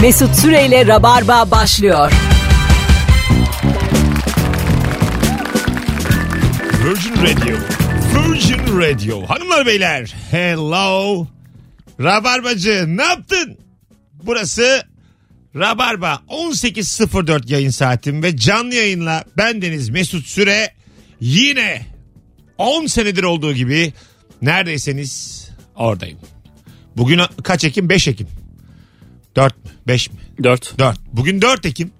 Mesut Süreyle Rabarba başlıyor. Virgin Radio. Virgin Radio. Hanımlar beyler. Hello. Rabarbacı ne yaptın? Burası Rabarba 18.04 yayın saatim ve canlı yayınla bendeniz Mesut Süre yine 10 senedir olduğu gibi neredeyseniz oradayım. Bugün kaç Ekim? 5 Ekim. 4 mü? 5 mi? 4. 4. Bugün 4 Ekim.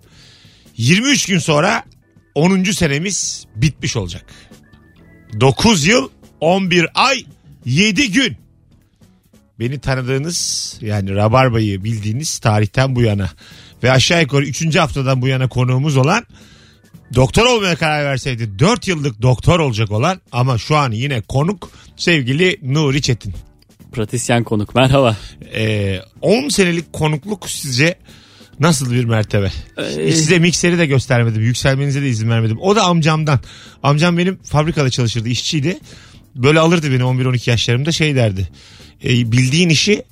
23 gün sonra 10. senemiz bitmiş olacak. 9 yıl 11 ay 7 gün. Beni tanıdığınız yani Rabarba'yı bildiğiniz tarihten bu yana ve aşağı yukarı 3. haftadan bu yana konuğumuz olan doktor olmaya karar verseydi 4 yıllık doktor olacak olan ama şu an yine konuk sevgili Nuri Çetin. Pratisyen konuk merhaba. Ee, 10 senelik konukluk sizce nasıl bir mertebe? Ee, Hiç size mikseri de göstermedim. Yükselmenize de izin vermedim. O da amcamdan. Amcam benim fabrikada çalışırdı. işçiydi. Böyle alırdı beni 11-12 yaşlarımda şey derdi. "E, bildiğin işi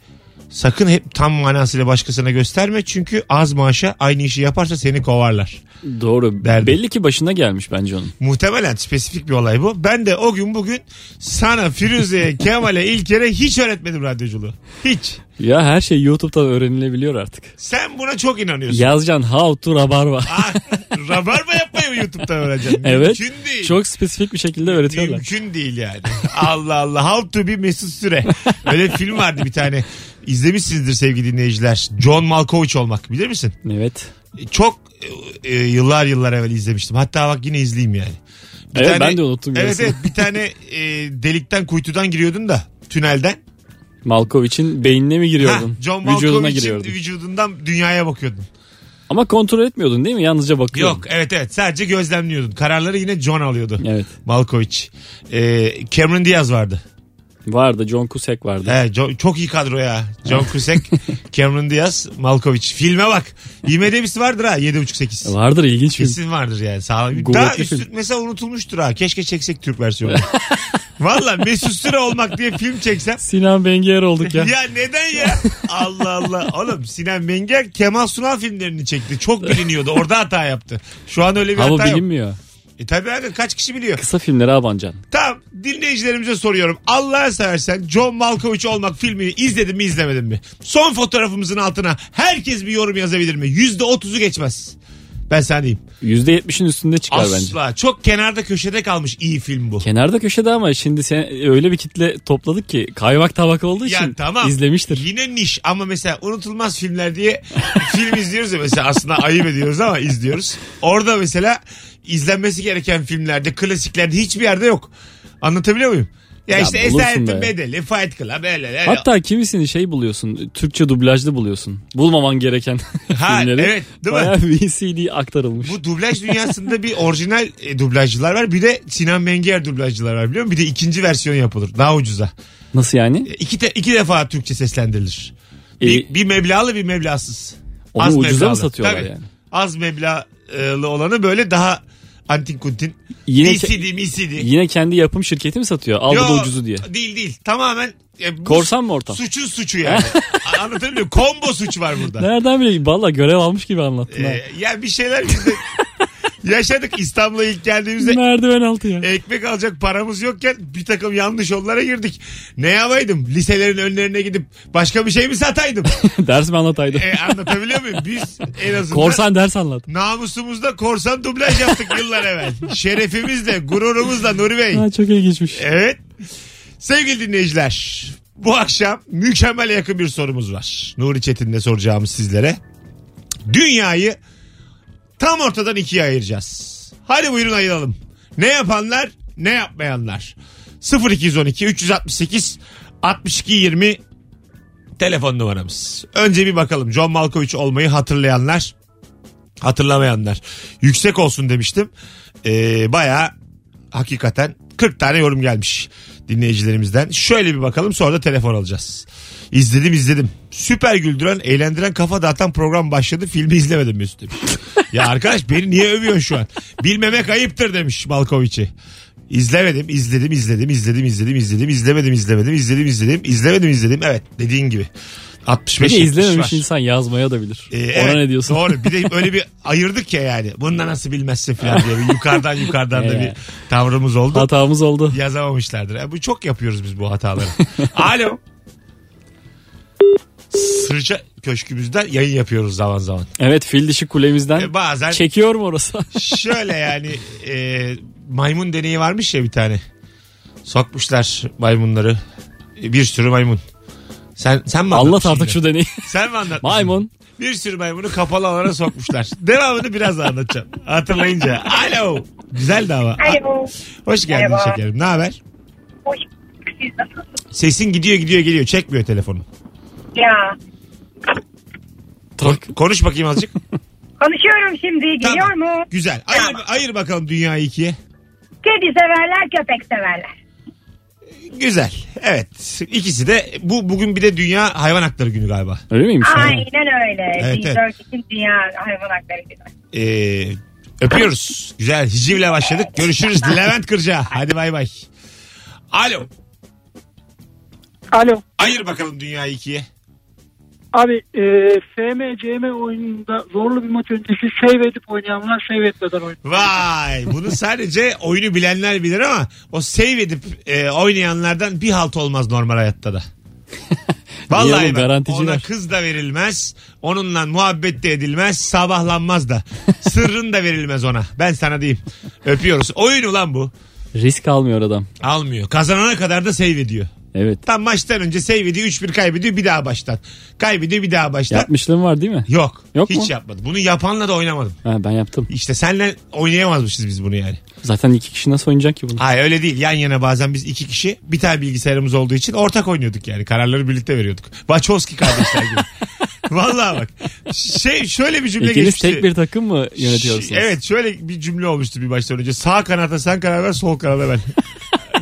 sakın hep tam manasıyla başkasına gösterme. Çünkü az maaşa aynı işi yaparsa seni kovarlar. Doğru. Derdi. Belli ki başına gelmiş bence onun. Muhtemelen spesifik bir olay bu. Ben de o gün bugün sana, Firuze'ye, Kemal'e, İlker'e hiç öğretmedim radyoculuğu. Hiç. Ya her şey YouTube'da öğrenilebiliyor artık. Sen buna çok inanıyorsun. Yazcan how to rabarba. Ah, Rabarba yapmayı mı YouTube'dan öğreneceğim? evet. Mümkün değil. Çok spesifik bir şekilde öğretiyorlar. Mümkün değil yani. Allah Allah. How to be Mesut Süre. Öyle film vardı bir tane. İzlemişsinizdir sevgili dinleyiciler. John Malkovich olmak bilir misin? Evet. Çok e, yıllar yıllar evvel izlemiştim. Hatta bak yine izleyeyim yani. Bir Evet, ben de unuttum Evet yarısını. evet bir tane e, delikten kuytudan giriyordun da tünelden. Malkovich'in beynine mi giriyordun? Heh, John Vücuduna Malkovich'in giriyordun. vücudundan dünyaya bakıyordun. Ama kontrol etmiyordun değil mi? Yalnızca bakıyordun. Yok evet evet sadece gözlemliyordun. Kararları yine John alıyordu. Evet. Malkovich. E, Cameron Diaz vardı. Vardı. John Cusack vardı. He, Jo- çok iyi kadro ya. John Cusack, Cameron Diaz, Malkovich. Filme bak. IMDb'si vardır ha 7.5-8. E, Vardır ilginç bir. Kesin vardır yani. Sağ Daha Kuvvetli üstü, film. mesela unutulmuştur ha. Keşke çeksek Türk versiyonu. Valla Mesut Süre olmak diye film çeksem. Sinan Bengiyer olduk ya. Ya neden ya? Allah Allah. Oğlum Sinan Menger Kemal Sunal filmlerini çekti. Çok biliniyordu. Orada hata yaptı. Şu an öyle bir Ama hata yok. bilinmiyor. E tabii abi kaç kişi biliyor? Kısa filmlere abancan. Tamam dinleyicilerimize soruyorum. Allah'a seversen John Malkovich olmak filmini izledin mi izlemedin mi? Son fotoğrafımızın altına herkes bir yorum yazabilir mi? Yüzde otuzu geçmez. Ben sana diyeyim. %70'in üstünde çıkar bence. Asla. Çok kenarda köşede kalmış iyi film bu. Kenarda köşede ama şimdi sen e, öyle bir kitle topladık ki kaymak tabak olduğu için izlemiştir. Yine niş ama mesela unutulmaz filmler diye film izliyoruz ya mesela aslında ayıp ediyoruz ama izliyoruz. Orada mesela izlenmesi gereken filmlerde klasiklerde hiçbir yerde yok. Anlatabiliyor muyum? Ya, Ya işte bulursun Esaretin be. Bedeli, Fight Club, öyle, öyle. Hatta kimisini şey buluyorsun, Türkçe dublajlı buluyorsun. Bulmaman gereken Ha, filmleri. evet, değil mi? Bayağı VCD aktarılmış. Bu dublaj dünyasında bir orijinal e, dublajcılar var. Bir de Sinan Mengier dublajcılar var biliyor musun? Bir de ikinci versiyon yapılır. Daha ucuza. Nasıl yani? E, İki, te- iki defa Türkçe seslendirilir. Bir, Ee, bir meblağlı bir meblasız. Onu ucuza mı satıyorlar yani? Az meblağlı olanı böyle daha antin kuntin. Yine Yine ke- DCD, MCD. yine kendi yapım şirketi mi satıyor? Al bu da Yo, ucuzu diye. Değil değil. Tamamen e, bu Korsan mı ortam? Suçun suçu yani. A- Anlatabiliyor muyum? Kombo suç var burada. Nereden bileyim? Valla görev almış gibi anlattın ha. Ee, ya bir şeyler biz de yaşadık İstanbul'a ilk geldiğimizde Merdiven altı ya. ekmek alacak paramız yokken bir takım yanlış yollara girdik. Ne yapaydım? Liselerin önlerine gidip başka bir şey mi sataydım? ders mi anlataydı? E, anlatabiliyor muyum? Biz en azından Korsan ders anlat. namusumuzda korsan dublaj yaptık yıllar evvel. Şerefimizle, gururumuzla Nuri Bey. Ha, çok ilginçmiş. Evet. Sevgili dinleyiciler bu akşam mükemmel yakın bir sorumuz var. Nuri Çetin'le soracağımız sizlere. Dünyayı tam ortadan ikiye ayıracağız. Hadi buyurun ayıralım. Ne yapanlar ne yapmayanlar. 0212 368 62 20 telefon numaramız. Önce bir bakalım John Malkovich olmayı hatırlayanlar hatırlamayanlar. Yüksek olsun demiştim. Ee, Baya hakikaten 40 tane yorum gelmiş dinleyicilerimizden. Şöyle bir bakalım sonra da telefon alacağız. İzledim izledim. Süper güldüren, eğlendiren, kafa dağıtan program başladı. Filmi izlemedim Mesut demiş. ya arkadaş beni niye övüyorsun şu an? Bilmemek ayıptır demiş Malkoviç'i. İzlemedim, izledim, izledim, izledim, izledim, izledim, izlemedim, izlemedim, izledim, izledim, izlemedim, izledim. Evet dediğin gibi. Bir 65 de 70 izlememiş var. insan yazmaya da bilir. Ee, Ona şey, evet, ne diyorsun? Doğru. Bir de öyle bir ayırdık ya yani. Bunda nasıl bilmezsin falan diye. Bir yukarıdan yukarıdan da bir Evet. tavrımız oldu. Hatamız oldu. Yazamamışlardır. Ya bu çok yapıyoruz biz bu hataları. Alo. Sırça köşkümüzden yayın yapıyoruz zaman zaman. Evet fil dişi kulemizden E, bazen çekiyor mu orası? şöyle yani e, maymun deneyi varmış ya bir tane. Sokmuşlar maymunları. E, Bir sürü maymun. Sen sen mi Anlat anlatmışsın artık yine? şu deneyi. Sen mi anlatmışsın? Maymun. Bir sürü maymunu kapalı alana sokmuşlar. Devamını biraz anlatacağım. Hatırlayınca. Alo. Güzel dava. Alo. Hoş geldin Merhaba. şekerim. Ne haber? Hoş siz nasılsınız? Sesin gidiyor gidiyor geliyor. Çekmiyor telefonu. Ya. Tak. Konuş bakayım azıcık. Konuşuyorum şimdi. Geliyor Tamam. mu? Güzel. Ayır, Tamam. ayır bakalım dünyayı ikiye. Kedi severler, köpek severler. Güzel. Evet. İkisi de bu bugün bir de Dünya Hayvan Hakları Günü galiba. Öyle miymiş? Aynen öyle. Evet, Evet, 24 için dünya hayvan hakları günü. Ee, öpüyoruz. Güzel. Hicivle başladık. Görüşürüz. Levent Kırca. Hadi bay bay. Alo. Alo. Ayır bakalım dünyayı ikiye. Abi e, FM, CM oyununda zorlu bir maç öncesi save edip oynayanlar save etmeden oynuyor. Vay bunu sadece oyunu bilenler bilir ama o save edip e, oynayanlardan bir halt olmaz normal hayatta da. Niye Vallahi oğlum? bak, Garanticiler. ona kız da verilmez, onunla muhabbet de edilmez, sabahlanmaz da. Sırrın da verilmez ona. Ben sana diyeyim. Öpüyoruz. Oyun ulan bu. Risk almıyor adam. Almıyor. Kazanana kadar da save ediyor. Evet. Tam maçtan önce save ediyor, 3-1 kaybediyor, bir daha baştan. Kaybediyor, bir daha baştan. Yapmışlığın var değil mi? Yok. Yok hiç mu? yapmadım. Bunu yapanla da oynamadım. Ha, ben yaptım. İşte senle oynayamazmışız biz bunu yani. Zaten iki kişi nasıl oynayacak ki bunu? Hayır öyle değil. Yan yana bazen biz iki kişi bir tane bilgisayarımız olduğu için ortak oynuyorduk yani. Kararları birlikte veriyorduk. Wachowski kardeşler gibi. Vallahi bak. Şey şöyle bir cümle İkiniz geçmişti. tek bir takım mı yönetiyorsunuz? Ş- Evet şöyle bir cümle olmuştu bir baştan önce. Sağ kanata sen karar ver sol kanada ben.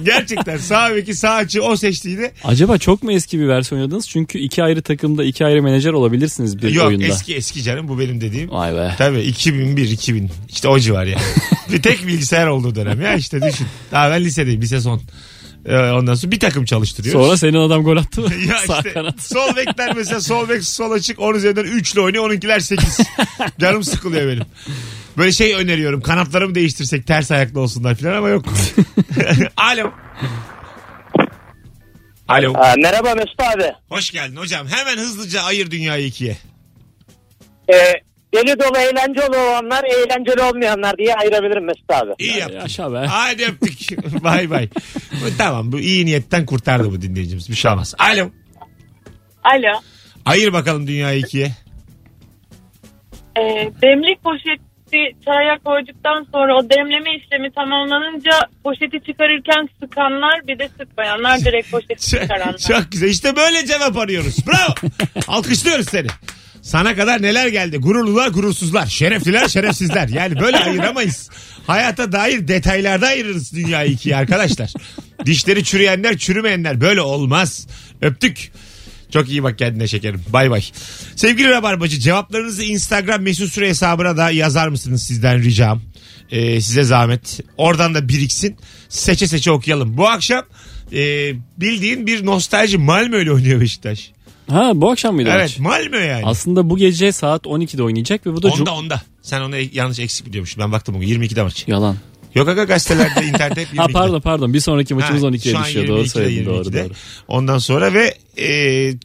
Gerçekten sağ beki sağ açı o seçtiğini. Acaba çok mu eski bir versiyon oynadınız? Çünkü iki ayrı takımda iki ayrı menajer olabilirsiniz bir Yok oyunda. eski eski canım bu benim dediğim. Vay be. Tabii 2001 2000 işte o civar yani. bir tek bilgisayar olduğu dönem ya işte düşün. Daha ben lisedeyim lise son. Ee, ondan sonra bir takım çalıştırıyoruz. Sonra senin adam gol attı mı? Ya Sağ işte kanat. sol bekler mesela sol bek sol açık 10 üzerinden 3 ile oynuyor onunkiler 8. Canım sıkılıyor benim. Böyle şey öneriyorum kanatlarımı değiştirsek ters ayaklı olsunlar falan ama yok. Alo. Alo. Aa, merhaba Mesut abi. Hoş geldin hocam. Hemen hızlıca ayır dünyayı ikiye. Ee, deli dolu eğlenceli olanlar eğlenceli olmayanlar diye ayırabilirim Mesut abi. İyi yaptın. Yaşa be. Hadi öptük. bay bay. Bu- Tamam bu iyi niyetten kurtardı bu dinleyicimiz. Bir şey olmaz. Alo. Alo. Ayır bakalım dünyayı ikiye. Ee, demlik poşeti çaya koyduktan sonra o demleme işlemi tamamlanınca poşeti çıkarırken sıkanlar bir de sıkmayanlar direkt poşeti çıkaranlar. Çok, Şey, çok güzel. İşte böyle cevap arıyoruz. Bravo. Alkışlıyoruz seni. Sana kadar neler geldi? Gururlular, gurursuzlar. Şerefliler, şerefsizler. Yani böyle ayıramayız. Hayata dair detaylarda ayırırız dünyayı ikiye arkadaşlar. Dişleri çürüyenler, çürümeyenler. Böyle olmaz. Öptük. Çok iyi bak kendine şekerim. Bay bay. Sevgili Rabarbacı cevaplarınızı Instagram mesut süre hesabına da yazar mısınız sizden ricam. Ee, size zahmet. Oradan da biriksin. Seçe seçe okuyalım. Bu akşam e, bildiğin bir nostalji Malmö ile oynuyor Beşiktaş. Ha bu akşam mıydı Evet maç? Malmö yani. Aslında bu gece saat 12'de oynayacak ve bu da cum- onda onda. Sen onu e- yanlış eksik biliyormuşsun. Ben baktım bugün 22'de maç. Yalan. Yok aga gazetelerde internette hep 22'de. Ha pardon pardon bir sonraki maçımız Ha, 12'ye şu an düşüyor. Doğru 22'de, söyledin doğru 22'de. doğru. Ondan sonra ve e,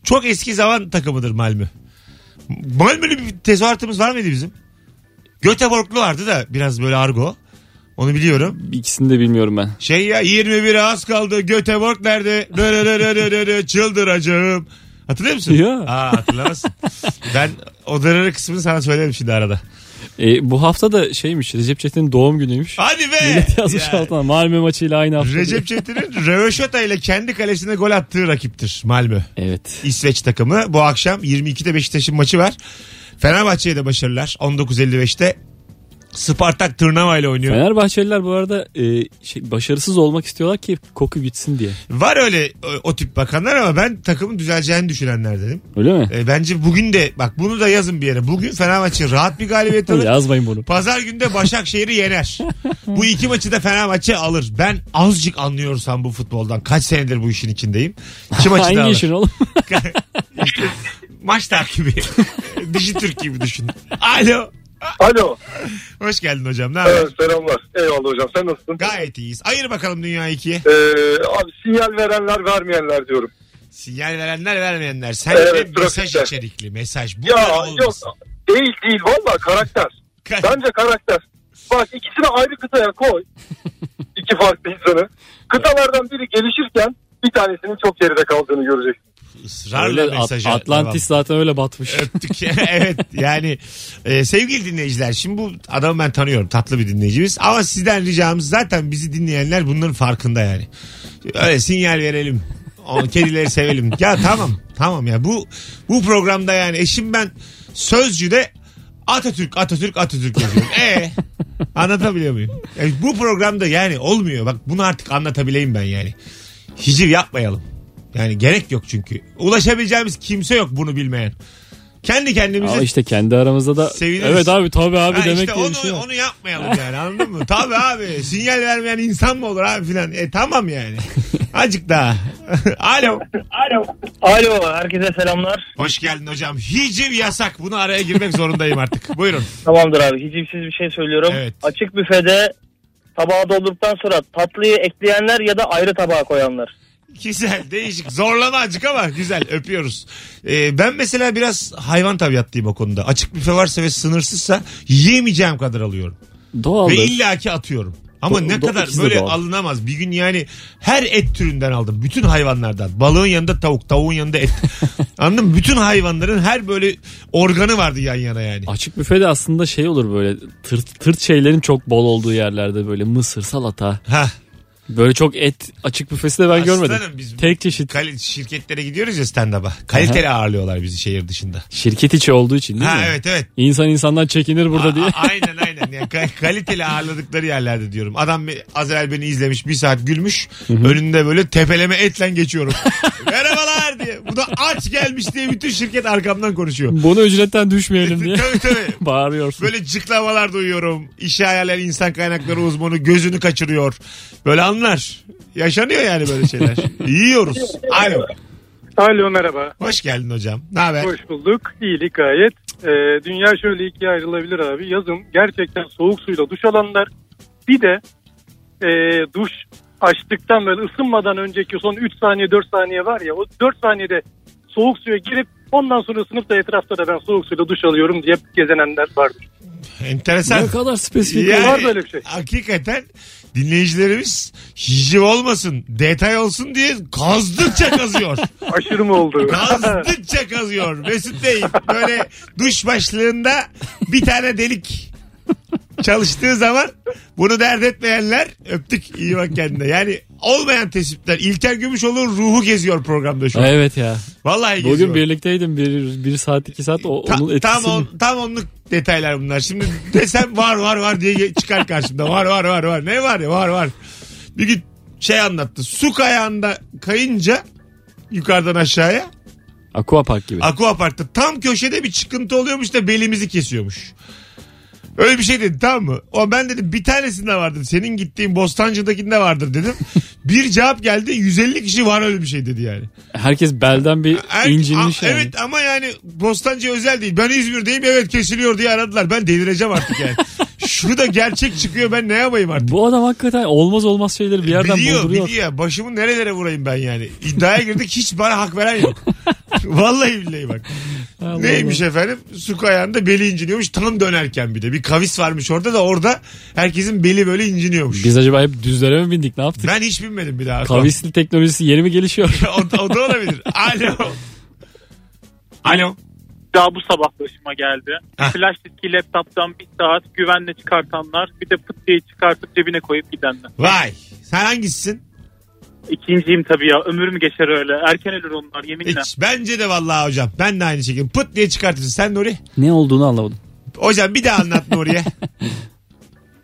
çok eski zaman takımıdır Malmö. Malmö'lü bir tezahüratımız var mıydı bizim? Göteborglu vardı da biraz böyle argo. Onu biliyorum. İkisini de bilmiyorum ben. Şey ya 21'e az kaldı. Göteborg nerede? Dö dö dö dö dö dö dö, Çıldıracağım. Hatırlıyor musun? Ya. Aa, hatırlamazsın. ben o döneri kısmını sana söylerim şimdi arada. E, bu hafta da şeymiş Recep Çetin'in doğum günüymüş. Hadi be. Millet yazmış Ya. altına Malmö maçıyla aynı hafta. diye. Recep Çetin'in Röveşota ile kendi kalesine gol attığı rakiptir Malmö. Evet. İsveç takımı. Bu akşam 22'de Beşiktaş'ın maçı var. Fenerbahçe'ye de başarılar. 19.55'te Spartak Tırnava ile oynuyor. Fenerbahçeliler bu arada e, şey, başarısız olmak istiyorlar ki koku gitsin diye. Var öyle o, o tip bakanlar ama ben takımın düzeleceğini düşünenler dedim. Öyle mi? E, bence bugün de bak bunu da yazın bir yere. Bugün Fenerbahçe rahat bir galibiyet alır. Yazmayın bunu. Pazar günde Başakşehir'i yener. bu iki maçı da Fenerbahçe alır. Ben azıcık anlıyorsam bu futboldan. Kaç senedir bu işin içindeyim. İki maçı da Hangi alır. işin oğlum? maç takibi. Dijitürk gibi düşün. Alo. Alo. Hoş geldin hocam. Ne haber? Evet, selamlar. Eyvallah hocam sen nasılsın? Gayet iyiyiz. Ayır bakalım dünya ikiye. Ee, abi sinyal verenler vermeyenler diyorum. Sinyal verenler vermeyenler. Sen Evet, de mesaj trafikte. içerikli mesaj. Bu Ya kadar yok olmaz. değil değil valla karakter. Bence karakter. Bak ikisini ayrı kıtaya koy. İki farklı insanı. Kıtalardan biri gelişirken bir tanesinin çok geride kaldığını göreceksin. Israrla Öyle At- mesaja Atlantis zaten öyle batmış. devam. Öptük. evet yani e, sevgili dinleyiciler şimdi bu adamı ben tanıyorum tatlı bir dinleyicimiz ama sizden ricamız zaten bizi dinleyenler bunların farkında yani. Öyle sinyal verelim. O, kedileri sevelim. Ya tamam tamam ya bu bu programda yani eşim ben sözcüde Atatürk Atatürk Atatürk yazıyorum. E anlatabiliyor muyum? Yani bu programda yani olmuyor. Bak bunu artık anlatabileyim ben yani. Hiciv yapmayalım. Yani gerek yok çünkü. Ulaşabileceğimiz kimse yok bunu bilmeyen. Kendi kendimize Ama işte kendi aramızda da Seviniriz. evet abi tabii abi Ha demek işte diye bir onu, şey var. onu yapmayalım yani anladın mı? Tabii abi sinyal vermeyen insan mı olur abi filan. E tamam yani. Acık daha. Alo. Alo. Alo herkese selamlar. Hoş geldin hocam. Hiciv yasak. Bunu araya girmek zorundayım artık. Buyurun. Tamamdır abi hicivsiz bir şey söylüyorum. Evet. Açık büfede tabağa doldurduktan sonra tatlıyı ekleyenler ya da ayrı tabağa koyanlar. Güzel değişik. Zorlama acık ama güzel. Öpüyoruz. Ee, ben mesela biraz hayvan tabiatlıyım o konuda. Açık büfe varsa ve sınırsızsa yiyemeyeceğim kadar alıyorum. Ve Doğaldır. illaki atıyorum. Ama Do- ne do- kadar ikisi de böyle doğal. alınamaz. Bir gün yani her et türünden aldım. Bütün hayvanlardan. Balığın yanında tavuk, tavuğun yanında et. Anladın mı? Bütün hayvanların her böyle organı vardı yan yana yani. Açık büfede aslında şey olur böyle tırt tırt şeylerin çok bol olduğu yerlerde böyle mısır, salata. Ha. Böyle çok et açık büfesi de ben Aslanım, görmedim. biz- Tek çeşit Kal- şirketlere gidiyoruz ya stand-up'a. Kaliteli ağırlıyorlar bizi şehir dışında. şirket içi olduğu için değil Ha mi? evet evet. İnsan insandan çekinir burada A- diye. a- aynen aynen. Yani ka- kaliteli ağırladıkları yerlerde diyorum. Adam be- az evvel beni izlemiş bir saat gülmüş. Önünde böyle tepeleme etle geçiyorum. Merhabalar diye. Bu da aç gelmiş diye bütün şirket arkamdan konuşuyor. Bunu ücretten düşmeyelim diye tabii tabii. bağırıyorsun. Böyle cıklamalar duyuyorum. İşe ayarlayan insan kaynakları uzmanı gözünü kaçırıyor. Böyle anlar. Yaşanıyor yani böyle şeyler. Yiyoruz. Alo. Alo merhaba. Hoş geldin hocam. Ne haber? Hoş bulduk. İyilik gayet. Ee, dünya şöyle ikiye ayrılabilir abi. Yazın gerçekten soğuk suyla duş alanlar. Bir de e, duş açtıktan böyle ısınmadan önceki son 3 saniye 4 saniye var ya. O 4 saniyede soğuk suya girip ondan sonra ısınıp da etrafta da ben soğuk suyla duş alıyorum diye gezenenler vardır. Enteresan. Ne kadar spesifik. Yani, Var böyle bir şey. Hakikaten dinleyicilerimiz hiciv olmasın, detay olsun diye kazdıkça kazıyor. Aşırı mı oldu? kazdıkça kazıyor. Mesut Bey böyle duş başlığında bir tane delik çalıştığı zaman bunu dert etmeyenler öptük iyi bak kendine. Yani olmayan tespitler. İlker Gümüşoğlu'nun ruhu geziyor programda şu an. Evet ya. Vallahi geziyor. Bugün birlikteydim. Bir, bir saat iki saat o, Ta- onun etkisi. tam, on, tam onluk detaylar bunlar. Şimdi desem var var var diye ge- çıkar karşımda. Var var var var. Ne var ya var var. Bir gün şey anlattı. Su kayağında kayınca yukarıdan aşağıya Aqua Park gibi. Aquapark'ta tam köşede bir çıkıntı oluyormuş da belimizi kesiyormuş. Öyle bir şey dedi tamam mı? O ben dedim bir tanesinde vardır. Senin gittiğin Bostancı'dakinde vardır dedim. bir cevap geldi 150 kişi var öyle bir şey dedi yani. Herkes belden bir Er- incinmiş a- yani. Evet ama yani Bostancı özel değil. Ben İzmir'deyim evet kesiliyor diye aradılar. Ben delireceğim artık yani. Şurada gerçek çıkıyor ben ne yapayım artık. Bu adam hakikaten olmaz olmaz şeyleri bir yerden biliyor bulduruyor. biliyor. Başımı nerelere vurayım ben yani. İddiaya girdik hiç bana hak veren yok. Vallahi billahi bak. Allah Neymiş efendim? Su kayağında beli inciniyormuş tam dönerken bir de. Bir kavis varmış orada da orada herkesin beli böyle inciniyormuş. Biz acaba hep düzlere mi bindik ne yaptık? Ben hiç binmedim bir daha. Kavisli teknolojisi yeni mi gelişiyor? o, o da olabilir. Alo. Alo. Daha bu sabah başıma geldi. Heh. Flash diski laptoptan bir saat güvenle çıkartanlar bir de pıt diye çıkartıp cebine koyup gidenler. Vay. Sen hangisisin? İkinciyim tabii ya ömür mü geçer öyle erken ölür onlar yeminle. Hiç. Bence de vallahi hocam. Ben de aynı şekilde. Pıt diye çıkartırsın. Sen Nuri. ne olduğunu anlamadım. Hocam bir daha anlat Nuri'ye.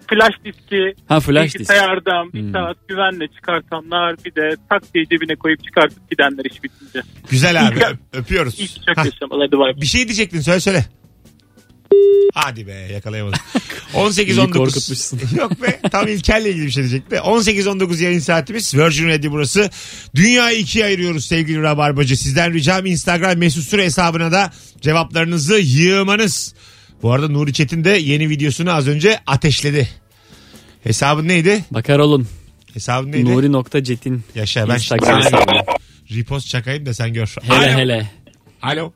Flash diski Ha flash disk. bilgisayardan bir Hmm. saat güvenle çıkartanlar bir de tak diye cebine koyup çıkartıp gidenler iş bitince. Güzel abi. İlk- öp- öpüyoruz. İlk Hah. çok yaşamalı hadi bay bay. Bir şey diyecektin söyle söyle. Hadi be yakalayamadım. İyi 18-19. korkutmuşsun. Yok be tam İlker'le ilgili bir şey diyecektim. de. 18-19 yayın saatimiz Virgin Radio burası. Dünyayı ikiye ayırıyoruz sevgili Rabarbacı. Sizden ricam Instagram mesut süre hesabına da cevaplarınızı yığmanız. Bu arada Nuri Çetin de yeni videosunu az önce ateşledi. Hesabın neydi? Bakar olun. Hesabın neydi? Nuri.cetin. Yaşa ben şimdi Instagram sana hesabı. repost çakayım da sen gör. Hele Alo. hele. Alo.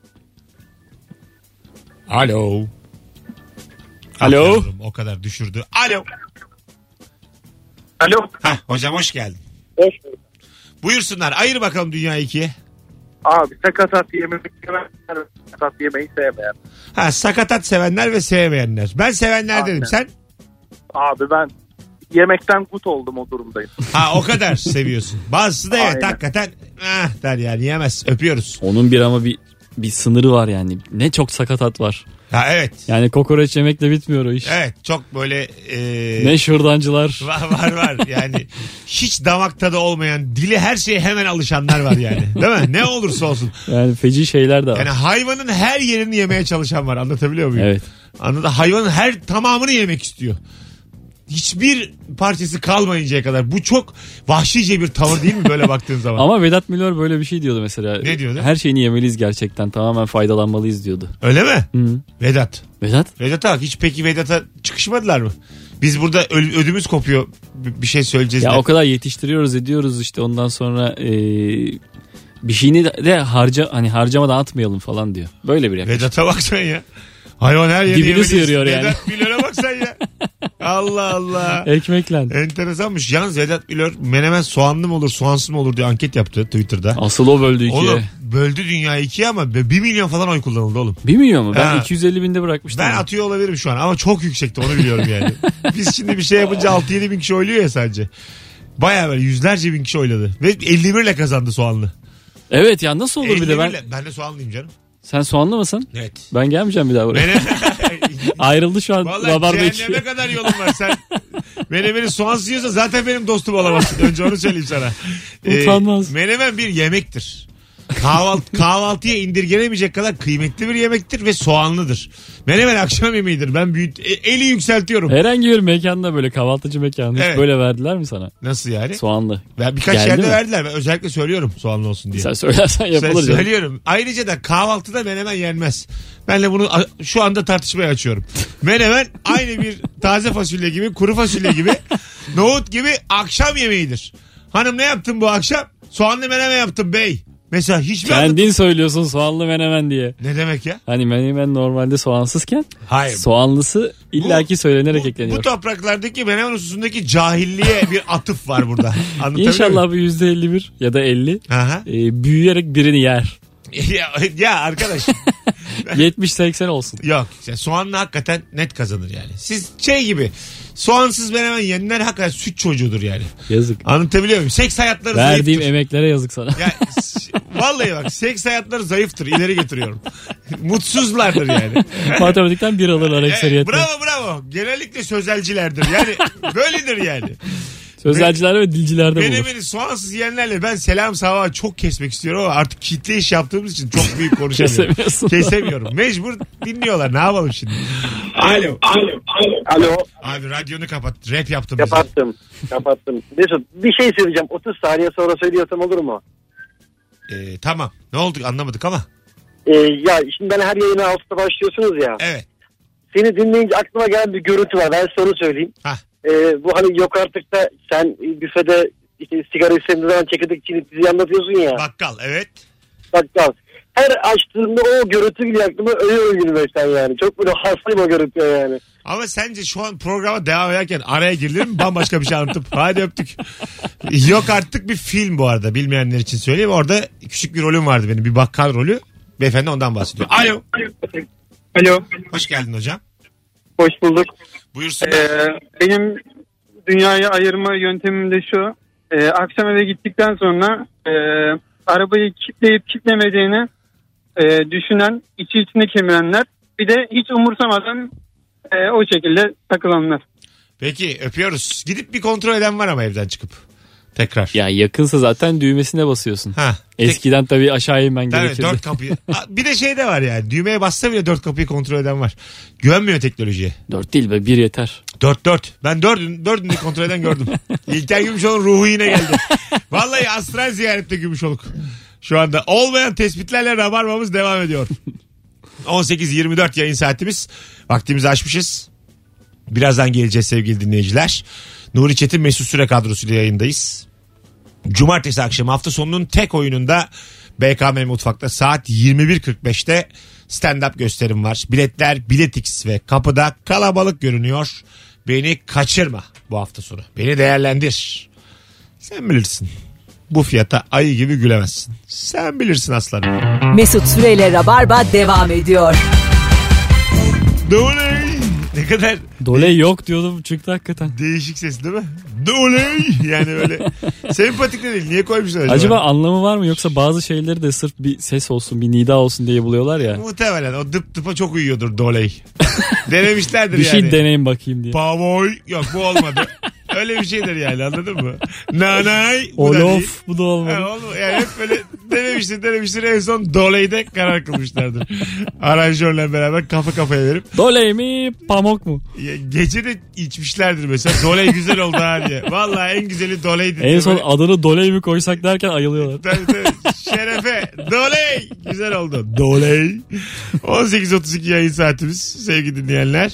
Alo. Alo. Ah yavrum, O kadar düşürdü. Alo. Alo. Hah, hocam hoş geldin. Hoş bulduk. Buyursunlar. Ayır bakalım dünya ikiye. Abi sakatat yemeyi seven, sakatat yemeyi sevmeyen. Ha sakatat sevenler ve sevmeyenler. Ben sevenler Aynen. dedim. Sen? Abi ben yemekten gut oldum o durumdayım. Ha o kadar seviyorsun. Bazısı da evet Aynen. hakikaten ah der yani yemez. Öpüyoruz. Onun bir ama bir bir sınırı var yani. Ne çok sakatat var. Ha evet. Yani kokoreç yemekle bitmiyor o iş. Evet çok böyle e, Ne şırdancılar. var var var yani hiç damak tadı olmayan dili her şeye hemen alışanlar var yani değil mi? Ne olursa olsun. Yani feci şeyler de var. Yani hayvanın her yerini yemeye çalışan var. Anlatabiliyor muyum? Evet. Anladın? Hayvanın her tamamını yemek istiyor. Hiçbir parçası kalmayıncaya kadar. Bu çok vahşice bir tavır değil mi böyle baktığın zaman? Ama Vedat Milor böyle bir şey diyordu mesela. Ne diyordu? Her şeyini yemeliyiz gerçekten. Tamamen faydalanmalıyız diyordu. Öyle mi? Hı. Vedat. Vedat? Vedat'a bak. Hiç peki Vedat'a çıkışmadılar mı? Biz burada ö- ödümüz kopuyor. B- Bir şey söyleyeceğiz. Ya diye. o kadar yetiştiriyoruz ediyoruz işte ondan sonra e, bir şeyini de, de harca hani harcamadan atmayalım falan diyor. Böyle bir yaklaşım. Vedat'a bak sen ya. Hayvan her yeri Dibini yemeliyiz. sıyırıyor yani. Vedat Milor'a bak sen ya. Allah Allah. Ekmeklen. Enteresanmış. Yalnız Vedat Milor menemen soğanlı mı olur soğansız mı olur diye anket yaptı Twitter'da. Asıl o böldü ikiye. Oğlum böldü dünyayı ikiye ama 1 milyon falan oy kullanıldı oğlum. Bir milyon mu? Ben Ha. 250 binde bırakmıştım. Ben ya. atıyor olabilirim şu an ama çok yüksekte onu biliyorum yani. Biz şimdi bir şey yapınca 6-7 bin kişi oyluyor ya sadece. Baya böyle yüzlerce bin kişi oyladı. Ve 51 ile kazandı soğanlı. Evet ya nasıl olur bir de 51 ben. ile- ben de soğanlıyım canım. Sen soğanlı mısın? Evet. Ben gelmeyeceğim bir daha buraya. Menem... Ayrıldı şu an Valla Rabarba cehenneme iki. kadar yolum var sen. Menemenin soğansız yiyorsa zaten benim dostum olamazsın. Önce onu söyleyeyim sana. Ee, Utanmaz. menemen bir yemektir. Kahvalt, kahvaltıya indirgenemeyecek kadar kıymetli bir yemektir ve soğanlıdır. Menemen akşam yemeğidir. Ben büyüt, e- eli yükseltiyorum. Herhangi bir mekanda böyle kahvaltıcı mekanı hiç Evet. böyle verdiler mi sana? Nasıl yani? Soğanlı. Ben birkaç Geldi yerde mi? verdiler. Ben özellikle söylüyorum soğanlı olsun diye. Sen söylersen Sen yapılır canım. Şey söylüyorum. Ayrıca da kahvaltıda menemen yenmez. Ben de bunu a- şu anda tartışmaya açıyorum. Menemen aynı bir taze fasulye gibi, kuru fasulye gibi, nohut gibi akşam yemeğidir. Hanım ne yaptın bu akşam? Soğanlı menemen yaptım bey. Mesela hiçbir anda... Kendin söylüyorsun soğanlı menemen diye. Ne demek ya? Hani menemen normalde soğansızken Hayır. soğanlısı illaki söylenerek bu, ekleniyor. bu topraklardaki menemen hususundaki cahilliğe bir atıf var burada. Anlatabiliyor muyum? İnşallah bu %51 ya da 50 Aha. e, büyüyerek birini yer. ya, ya arkadaş 70-80 olsun. Yok. İşte soğanla hakikaten net kazanır yani. Siz şey gibi soğansız menemen yiyenler hakikaten süt çocuğudur yani. Yazık. Anlatabiliyor muyum? Seks hayatları Verdiğim zayıftır. emeklere yazık sana. Ya, s- vallahi bak seks hayatları zayıftır. İleri getiriyorum. Mutsuzlardır yani. Matematikten bir alırlar Evet, ekseriyette. bravo bravo. Genellikle sözelcilerdir. Yani böyledir yani. Sözelciler ve dilcilerde Beni bulur. beni soğansız yiyenlerle ben selam savağı çok kesmek istiyorum ama artık kitle iş yaptığımız için çok büyük konuşamıyorum. Kesemiyorsun. Kesemiyorum. Mecbur dinliyorlar. Ne yapalım şimdi? Alo. Alo. Alo. Abi radyonu kapat. Rap yaptım. bize. Kapattım. Kapattım. Mesut bir şey söyleyeceğim. 30 saniye sonra söylüyorsam olur mu? Ee, tamam. Ne oldu anlamadık ama. Ee, ya şimdi ben her yayına 6'da başlıyorsunuz ya. Evet. Seni dinleyince aklıma gelen bir görüntü var. Ben size onu söyleyeyim. Hah. Ee, bu hani yok artık da sen büfede işte sigara istediğin zaman çekirdek çiğneyip bizi anlatıyorsun ya. Bakkal evet. Bakkal. Her açtığımda o görüntü bile aklıma ölüyorum gülmekten yani. Çok böyle hastayım o görüntüye yani. Ama sence şu an programa devam ederken araya girilir mi? Bambaşka bir şey anlatıp. Hadi öptük. Yok artık bir film bu arada. Bilmeyenler için söyleyeyim. Orada küçük bir rolüm vardı benim. Bir bakkal rolü. Beyefendi ondan bahsediyor. Alo. Alo, Hoş geldin hocam. hoş bulduk. Buyursun. Ee, benim dünyayı ayırma yöntemim de şu. Ee, akşam eve gittikten sonra e, arabayı kilitleyip kilitlemediğini e, düşünen, içi içine kemirenler. Bir de hiç umursamadan e, o şekilde takılanlar. Peki öpüyoruz. Gidip bir kontrol eden var ama evden çıkıp. Tekrar. Ya yakınsa zaten düğmesine basıyorsun. Ha. Eskiden tabii aşağı inmen Tabii gerekirdi. dört kapıyı. Aa, Bir de şey de var yani. Düğmeye bassa bile dört kapıyı kontrol eden var. Güvenmiyor teknolojiye. Dört değil be bir yeter. Dört dört. Ben dördün, dördünü kontrol eden gördüm. İlker Gümüşoluk'un ruhu yine geldi. Vallahi astral ziyarette Gümüşoluk. Şu anda olmayan tespitlerle rabarbamız devam ediyor. 18-24 yayın saatimiz. Vaktimizi aşmışız. Birazdan geleceğiz sevgili dinleyiciler. Nuri Çetin Mesut Süre kadrosuyla yayındayız. Cumartesi akşamı hafta sonunun tek oyununda BKM Mutfak'ta saat 21.45'te stand-up gösterim var. Biletler Biletix ve kapıda kalabalık görünüyor. Beni kaçırma bu hafta sonu. Beni değerlendir. Sen bilirsin. Bu fiyata ayı gibi gülemezsin. Sen bilirsin aslanım. Mesut Süreyle Rabarba devam ediyor. Doley. Ne kadar Doley yok diyordum çıktı hakikaten. değişik ses değil mi? Doley. Yani böyle sempatik de değil. Niye koymuşlar acaba? Acaba anlamı var mı yoksa bazı şeyleri de sırf bir ses olsun bir nida olsun diye buluyorlar ya. Muhtemelen o dıp dıpa çok uyuyordur Doley. Denemişlerdir Bir yani. şey deneyim bakayım diye. Pavoy. Yok bu olmadı. Öyle bir şeydir yani anladın mı? Nanay. Bu da değil. Olof bu da Ha, olmadı. oğlum, yani hep böyle denemiştir denemiştir en son Doley'de karar kılmışlardır. Aranjörle beraber kafa kafaya verip Doley mi pamuk mu? ya, gece de içmişlerdir mesela. Doley güzel oldu ha diye. Valla en güzeli Doley'di. En diye son böyle- adını Doley mi koysak derken ayılıyorlar. Tabii tabii. Şerefe. Doley. Güzel oldu. Doley. 18.32 yayın saatimiz sevgili dinleyenler.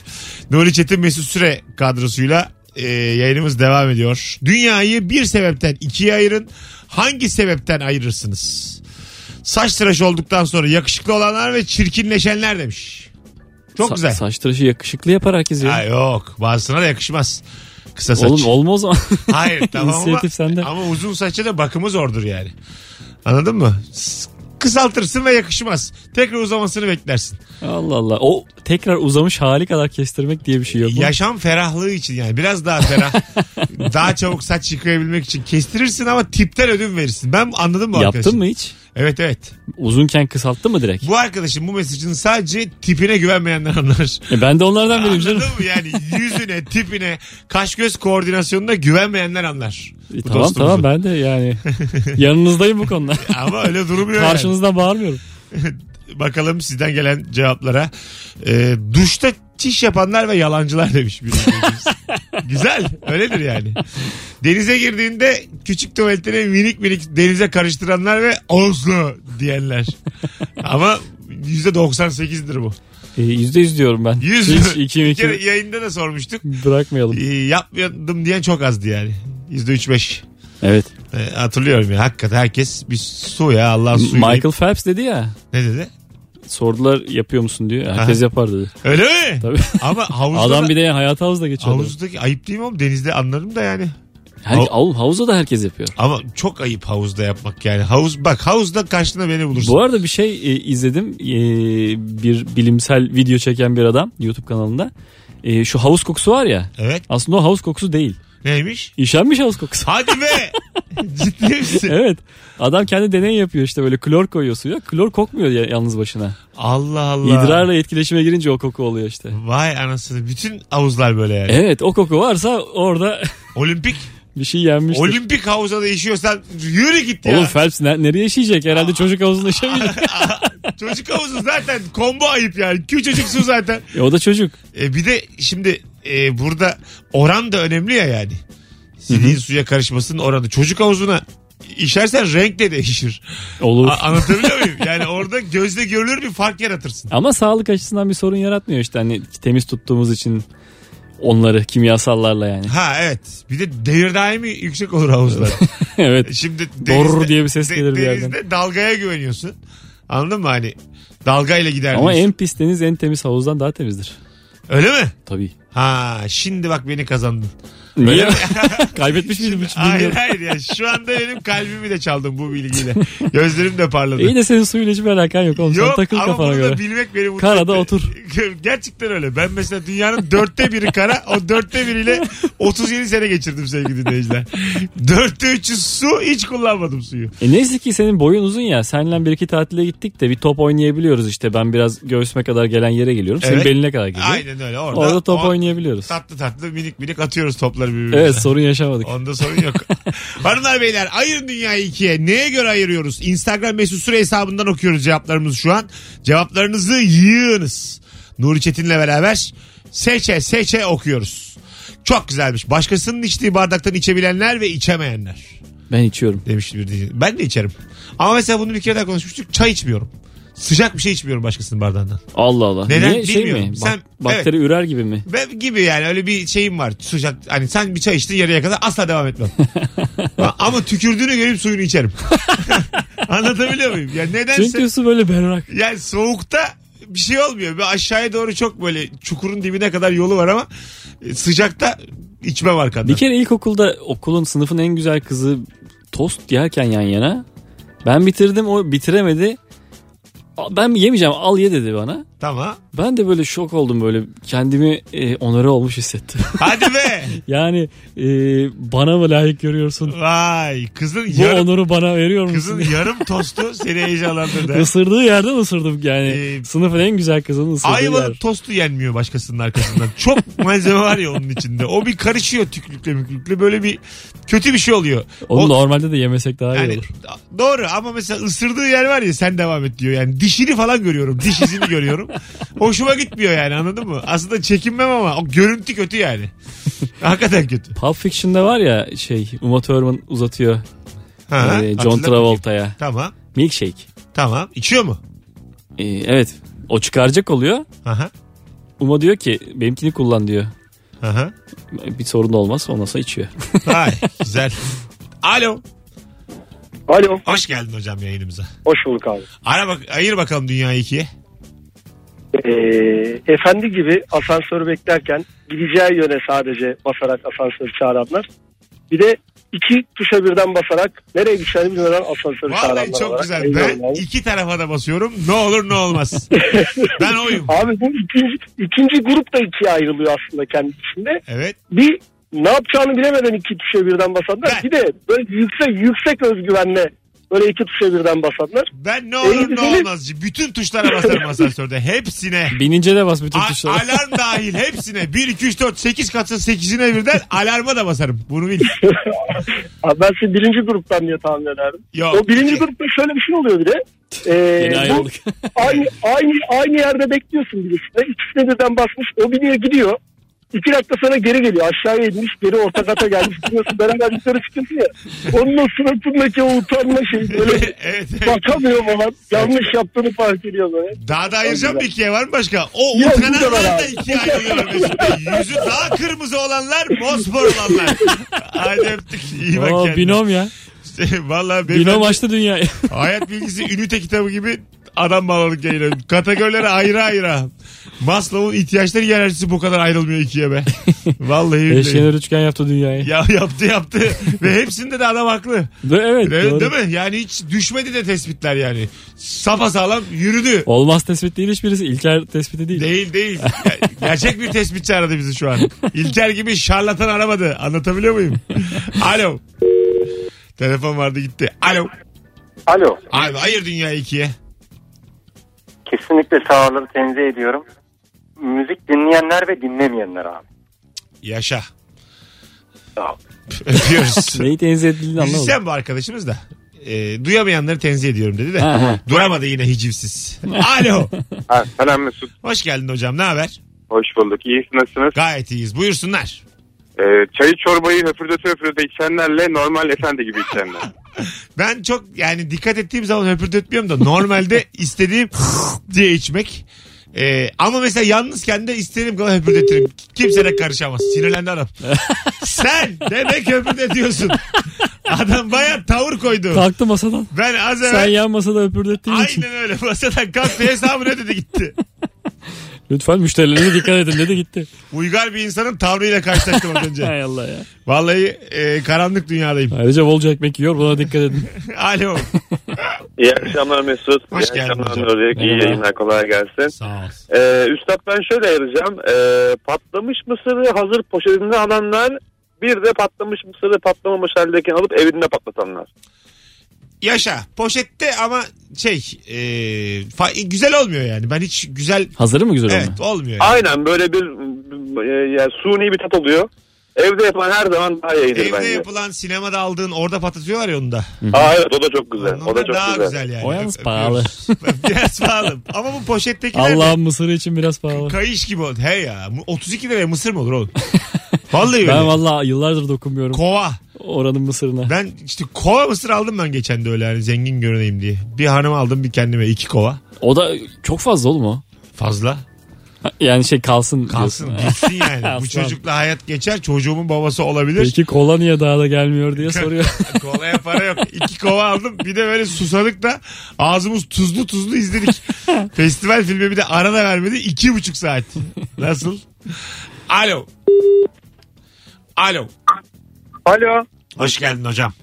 Nuri Çetin Mesut Süre kadrosuyla e, yayınımız devam ediyor. Dünyayı bir sebepten ikiye ayırın. Hangi sebepten ayırırsınız? Saç tıraşı olduktan sonra yakışıklı olanlar ve çirkinleşenler demiş. Çok Sa- güzel. Saç tıraşı yakışıklı yapar herkes ya. Ha, yok bazısına da yakışmaz. Kısa saç. Oğlum olma o zaman. Hayır tamam ama, İnisiyatif sende. ama uzun saça da bakımı zordur yani. Anladın mı? S- Kısaltırsın ve yakışmaz. Tekrar uzamasını beklersin. Allah Allah. O tekrar uzamış hali kadar kestirmek diye bir şey yok. mu? Yaşam ferahlığı için yani biraz daha ferah. daha çabuk saç yıkayabilmek için kestirirsin ama tipten ödün verirsin. Ben anladım bu arkadaşım. Yaptın mı hiç? Evet evet. Uzunken kısalttı mı direkt? Bu arkadaşın bu mesajını sadece tipine güvenmeyenler anlar. E ben de onlardan biriyim Anladın canım. mı? Yani yüzüne, tipine, kaş göz koordinasyonuna güvenmeyenler anlar. E, Bu tamam dostumuzun. tamam ben de yani yanınızdayım bu konuda. Ama öyle durmuyor yani. Karşınızda bağırmıyorum. Bakalım sizden gelen cevaplara. Ee, duşta çiş yapanlar ve yalancılar demiş bir dinleyicimiz. Güzel. Öyledir yani. Denize girdiğinde küçük tuvaletleri minik minik denize karıştıranlar ve Oslo diyenler. Ama %98'dir bu. E, Yüzde yüz diyorum ben. Yüz Hiç mü? iki Bir iki kere yayında da sormuştuk. bırakmayalım. Ee, yapmadım diyen çok azdı yani. %3-5. Evet. Ee, hatırlıyorum ya. Hakikaten herkes bir su ya Allah suyu. Michael deyip- Phelps dedi ya. Ne dedi? Sordular yapıyor musun diyor. Herkes Aha. yapar dedi. Öyle mi? Tabii. Ama havuzda da- Adam bir de hayat havuzda geçiyor. Havuzdaki ayıp değil mi oğlum? Denizde anlarım da yani. Her, Hav- oğlum havuzda da herkes yapıyor. Ama çok ayıp havuzda yapmak yani. Havuz bak havuzda karşına beni bulursun. Bu arada bir şey e, izledim. E, bir bilimsel video çeken bir adam YouTube kanalında. E, şu havuz kokusu var ya. Evet. Aslında o havuz kokusu değil. Neymiş? İşenmiş havuz kokusu. Hadi be. Ciddi misin? evet. Adam kendi deney yapıyor işte böyle klor koyuyor suya. Klor kokmuyor ya- yalnız başına. Allah Allah. İdrarla etkileşime girince o koku oluyor işte. Vay anasını. Bütün havuzlar böyle yani. Evet o koku varsa orada Olimpik. bir şey yenmiştir. Olimpik havuza da işiyorsan yürü git ya. Oğlum Phelps ne- nereye işeyecek? Herhalde çocuk havuzunda işemeyecek. Çocuk havuzu zaten kombo ayıp yani. Küçücük su zaten. E, o da çocuk. E, bir de şimdi e, burada oran da önemli ya yani. Siliğin suya karışmasının oranı. Çocuk havuzuna işersen renk de değişir. Olur. A- anlatabiliyor muyum? Yani orada gözle görülür bir fark yaratırsın. Ama sağlık açısından bir sorun yaratmıyor işte hani temiz tuttuğumuz için onları kimyasallarla yani. Ha evet. Bir de devir daimi yüksek olur havuzlar. evet. Şimdi Doğru diye bir ses de- gelir bir denizde dalgaya güveniyorsun. Anladın mı hani? Dalgayla gider. Ama en diyorsun. pis deniz en temiz havuzdan daha temizdir. Öyle mi? Tabii. Ha şimdi bak beni kazandın. Niye? Kaybetmiş miydim hiç Hayır bilmiyorum. hayır ya şu anda benim kalbimi de çaldın bu bilgiyle. Gözlerim de parladı. İyi de senin suyla hiçbir alakan yok oğlum. Sen Yok takıl ama bunu kafana da göre. bilmek beni mutlu Karada etti. otur. Gerçekten öyle. Ben mesela dünyanın dörtte biri kara o dörtte biriyle 37 sene geçirdim sevgili dinleyiciler. Dörtte üçü su hiç kullanmadım suyu. E neyse ki senin boyun uzun ya. Seninle bir iki tatile gittik de bir top oynayabiliyoruz işte. Ben biraz göğsüme kadar gelen yere geliyorum. Senin Evet. beline kadar geliyor. Aynen öyle orada. Orada top o- oynayabiliyoruz. Tatlı tatlı minik minik atıyoruz topları birbirimize. Evet sorun yaşamadık. Onda sorun yok. Hanımlar beyler ayırın dünyayı ikiye. Neye göre ayırıyoruz? Instagram mesut süre hesabından okuyoruz cevaplarımızı şu an. Cevaplarınızı yığınız. Nuri Çetin'le beraber seçe seçe okuyoruz. Çok güzelmiş. Başkasının içtiği bardaktan içebilenler ve içemeyenler Ben içiyorum. demiş bir dinleyici. Ben de içerim. Ama mesela bunu bir kere daha konuşmuştuk. Çay içmiyorum. Sıcak bir şey içmiyorum başkasının bardağından. Allah Allah. Neden Niye şey bilmiyorum. mi? Bak- Sen- bakteri ürer gibi mi? Ben gibi yani öyle bir şeyim var. Sıcak hani sen bir çay içtin yarıya kadar asla devam etmem. Ama tükürdüğünü görüp suyunu içerim. Anlatabiliyor muyum? Ya nedense Çünkü su böyle berrak. yani soğukta bir şey olmuyor. Ve aşağıya doğru çok böyle çukurun dibine kadar yolu var ama e, sıcakta içmem arkadan. Bir kere ilkokulda okulun sınıfın en güzel kızı tost yerken yan yana. Ben bitirdim o bitiremedi. A- Ben yemeyeceğim al ye dedi bana. Tamam. Ben de böyle şok oldum böyle kendimi e, onarı olmuş hissettim. Hadi be. yani e, bana mı layık görüyorsun? Vay kızın Bu yarım, onuru bana veriyor musun? kızın yarım tostu seni heyecanlandırdı. Isırdığı yerden ısırdım yani. Ee, Sınıfın en güzel kızının ısırdığı Ayvalık yer. tostu yenmiyor başkasının arkasından. Çok malzeme var ya onun içinde. O bir karışıyor tüklükle müklükle. Böyle bir kötü bir şey oluyor. Onu O- normalde de yemesek daha iyi yani, olur. doğru ama mesela ısırdığı yer var ya sen devam et diyor. Yani dişini falan görüyorum. Diş izini görüyorum. Hoşuma gitmiyor yani anladın mı? Aslında çekinmem ama o görüntü kötü yani. Hakikaten kötü. Pulp Fiction'da var ya şey Uma Thurman uzatıyor Ha, e, John hatırladım. Travolta'ya. Tamam. Milkshake. Tamam. İçiyor mu? E, evet o çıkaracak oluyor. Aha. Uma diyor ki benimkini kullan diyor. Aha. Bir sorun olmaz ondan sonra içiyor. Hay, güzel. Alo. Alo. Hoş geldin hocam yayınımıza. Hoş bulduk abi. Ara bak, ayır bakalım dünyayı ikiye. Ee, efendi gibi asansörü beklerken gideceği yöne sadece basarak asansörü çağıranlar. Bir de iki tuşa birden basarak nereye gideceğini bilmeden asansörü çağıranlar Vallahi çok olarak güzel. ayırıyorum Ben abi. iki tarafa da basıyorum. Ne olur ne olmaz. ben oyum. Abi bu ikinci, ikinci grup da ikiye ayrılıyor aslında kendisinde. Evet. Bir ne yapacağını bilemeden iki tuşa birden basanlar. Ben- Bir de böyle yüksek yüksek özgüvenle böyle iki tuşa birden basanlar. Ben ne olur ne güzeli- olmaz. Bütün tuşlara basarım asansörde. Hepsine. Binince de bas bütün A- tuşlara. alarm dahil hepsine. 1, 2, 3, 4, 8 katsa 8'ine birden alarma da basarım. Bunu bil. Abi ben sizi birinci gruptan diye tahmin ederdim. Yok. O birinci grupta şöyle bir şey oluyor bir de. Ee, Yeni bu- ayrıldık. aynı aynı aynı yerde bekliyorsun birisine. İkisine birden basmış. O biniyor gidiyor. İki dakika sonra geri geliyor. Aşağıya inmiş. Geri orta kata gelmiş. Biliyorsun beraber yukarı çıkıyorsun ya. Onun o suratındaki o utanma şeyi böyle E, evet. bakamıyor falan. Yanlış yaptığını fark ediyor böyle. Daha da ayıracağım bir ikiye var mı başka? O Yok, bu da var utananlar da abi. ikiye ayrılıyorum. Yüzü daha kırmızı olanlar, mosmor olanlar. Hadi öptük. İyi bak Oo, kendine. binom ya. Vallahi Binom beyefendi- açtı dünyayı. Hayat bilgisi ünite kitabı gibi adam bağladık yayına. Kategorilere ayrı ayrı. Maslow'un ihtiyaçları hiyerarşisi bu kadar ayrılmıyor ikiye be. Vallahi billahi. Eşkenar üçgen yaptı dünyayı. Ya yaptı yaptı. Ve hepsinde de adam haklı. Ve Evet Değil, doğru. değil mi? Yani hiç düşmedi de tespitler yani. Safa sağlam yürüdü. Olmaz tespit değil hiçbirisi. İlker tespiti değil. Değil değil. Ger- Gerçek bir tespitçi aradı bizi şu an. İlker gibi şarlatan aramadı. Anlatabiliyor muyum? Alo. Telefon vardı gitti. Alo. Alo. Abi hayır dünya ikiye. Kesinlikle sağlığı tenzih ediyorum. Müzik dinleyenler ve dinlemeyenler abi. Yaşa. Sağ ol. Öpüyoruz. Neyi tenzih edildiğini anlamadım. Müzisyen bu arkadaşımız da. Ee, duyamayanları tenzih ediyorum dedi de. Ha, ha. Duramadı yine hicivsiz. Alo. Ha, selam Mesut. Hoş geldin hocam. Ne haber? Hoş bulduk. İyi nasılsınız? Gayet iyiyiz. Buyursunlar. Ee, çayı çorbayı höpürdete höpürdete içenlerle normal efendi gibi içenler. Ben çok yani dikkat ettiğim zaman höpürdetmiyorum da normalde istediğim diye içmek. Ee, ama mesela yalnızken de istediğim kadar höpürdetirim. Kimse de karışamaz. Sinirlendi adam. Sen demek höpürdetiyorsun. Adam baya tavır koydu. Kalktı masadan. Ben az Sen evvel yan masada öpürdettiğin için. aynen öyle masadan kalktı hesabını ödedi gitti. Lütfen müşterilerine dikkat edin dedi gitti. Uygar bir insanın tavrıyla karşılaştım az önce. Hay Allah ya. Vallahi e, karanlık dünyadayım. Ayrıca bolca ekmek yiyor buna dikkat edin. Alo. İyi akşamlar Mesut. Hoş İyi geldin akşamlar hocam. Nuri. İyi Merhaba. yayınlar kolay gelsin. Sağ ol. Ee, üstad ben şöyle ayıracağım. Ee, patlamış mısırı hazır poşetinde alanlar bir de patlamış mısırı patlamamış haldeki alıp evinde patlatanlar. Yaşa. Poşette ama şey e, fa- güzel olmuyor yani. Ben hiç güzel Hazırı mı güzel evet olma? olmuyor. yani. Aynen böyle bir e, yani suni bir tat oluyor. Evde yapan her zaman daha iyidir Evde bence. yapılan sinemada aldığın orada patlatıyorlar ya onu da. Aa, evet o da çok güzel. o da Onlar çok daha güzel. güzel, yani. O yalnız pahalı. Biraz pahalı. Ama bu poşettekiler de Allah'ın mısırı için biraz pahalı. kayış gibi oldu. He ya. mu- 32 liraya mısır mı olur oğlum? Vallahi öyle. Ben vallahi yıllardır dokunmuyorum Kova. oranın mısırına. Ben işte kova mısır aldım ben geçen de öyle hani zengin görüneyim diye. Bir hanıma aldım bir kendime iki kova. O da çok fazla oğlum o. Fazla. Yani şey kalsın. Kalsın diyorsun. gitsin yani. Bu Aslan. çocukla hayat geçer çocuğumun babası olabilir. Peki kola niye daha da gelmiyor diye soruyor. Kolaya para yok. İki kova aldım. Bir de böyle susadık da ağzımız tuzlu tuzlu izledik. Festival filmi bir de ara da vermedi. iki buçuk saat. Nasıl? Alo. Alo. Alo. Hoş geldin hocam.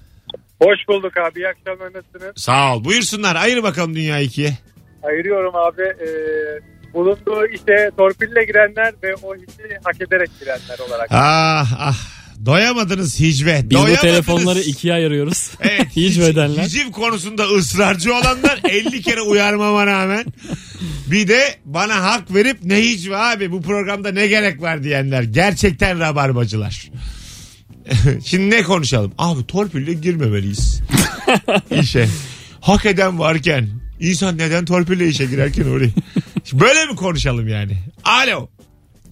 Hoş bulduk abi. İyi akşamlar nasılsınız? Sağ ol. Buyursunlar. Ayır bakalım dünya ikiye. Ayırıyorum abi. Ee, bulunduğu işe torpille girenler ve o işi hak ederek girenler olarak. Ah ah. Doyamadınız hicve. Biz bu Doyamadınız. telefonları ikiye ayırıyoruz. Evet, Hiç hic- bedenler. Hiciv konusunda ısrarcı olanlar 50 kere uyarmama rağmen bir de bana hak verip ne hicve abi bu programda ne gerek var diyenler gerçekten rabarbacılar. Şimdi ne konuşalım? Abi torpille girmemeliyiz işe. Hak eden varken insan neden torpille işe girerken oraya? Böyle mi konuşalım yani? Alo.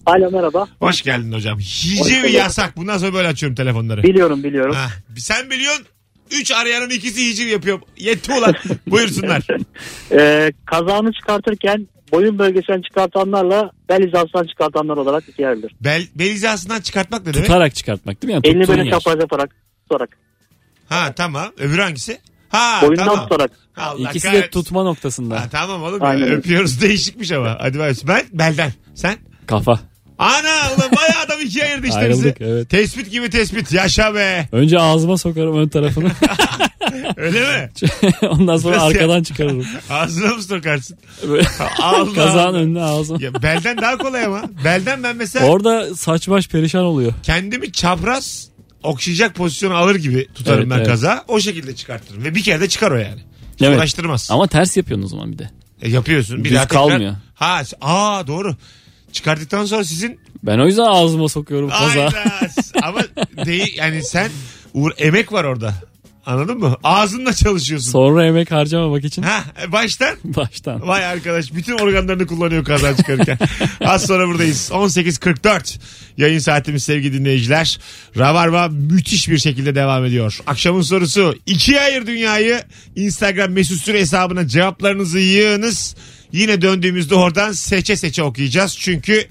Alo merhaba. Hoş geldin hocam. Hoş Hiciv bulduk. yasak. Bundan sonra böyle açıyorum telefonları. Biliyorum biliyorum. Ha, sen biliyorsun. Üç arayanın ikisi hiciv yapıyor. Yetti ulan. Buyursunlar. Ee, kazağını çıkartırken boyun bölgesinden çıkartanlarla bel hizasından çıkartanlar olarak ikiye ayrılır. Bel, bel hizasından çıkartmak ne demek? Tutarak çıkartmak değil mi? Yani Elini tuttuğun böyle yer. çapraz yaparak tutarak. Ha tamam. Öbürü hangisi? Ha boyundan tamam. tutarak. Allah İkisi de kahretsin. tutma noktasında. Ha, tamam oğlum. Aynen öyle. Öpüyoruz değişikmiş ama. Hadi bay. Ben belden. Sen? Kafa. Ana ulan bayağı adam ikiye ayırdı işte bizi. Ayrıldık evet. Tespit gibi tespit. Yaşa be. Önce ağzıma sokarım ön tarafını. Öyle mi? Ondan sonra Nasıl ya? arkadan çıkarırım. Ağzına mı sokarsın? Böyle Allah Kazağın Allah. önüne ağzıma. Ya belden daha kolay ama. Belden ben mesela Orada saç baş perişan oluyor. kendimi çapraz okşayacak pozisyonu alır gibi tutarım Evet, ben evet. kaza. O şekilde çıkartırım. Ve bir kere de çıkar o yani. Hiç Evet. uğraştırmaz. Ama ters yapıyorsun o zaman bir de. E, yapıyorsun. Bir Düz daha tekrar- kalmıyor. Ha, s- aa doğru. Çıkarttıktan sonra sizin Ben o yüzden ağzıma sokuyorum kaza. Ayda. ama değil yani sen uğra- emek var orada. Anladın mı? Ağzınla çalışıyorsun. Sonra emek harcamamak için ha, e, baştan baştan. Vay arkadaş bütün organlarını kullanıyor kazan çıkarırken. Az sonra buradayız. 18.44 yayın saatimiz sevgili dinleyiciler. Rabarba müthiş bir şekilde devam ediyor. Akşamın sorusu ikiye ayır dünyayı. Instagram mesut süre hesabına cevaplarınızı yığınız. Yine döndüğümüzde oradan seçe seçe okuyacağız. Çünkü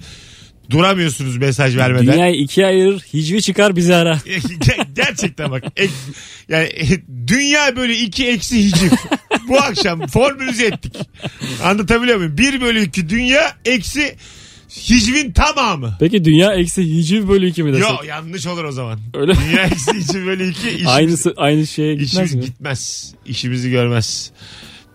duramıyorsunuz mesaj vermeden. Dünyayı ikiye ayırır. Hicvi çıkar bizi ara. Ger- Gerçekten bak. Ek- yani e, dünya böyle iki eksi hiciv. Bu akşam formülüze ettik. Anlatabiliyor muyum? Bir bölü iki dünya eksi hicvin tamamı. Peki dünya eksi hiciv bölü iki mi desek? Yo yanlış olur o zaman. Öyle mi? Dünya eksi hiciv bölü iki. işimiz- Aynısı, aynı şeye gitmez işimiz mi? gitmez. İşimizi görmez.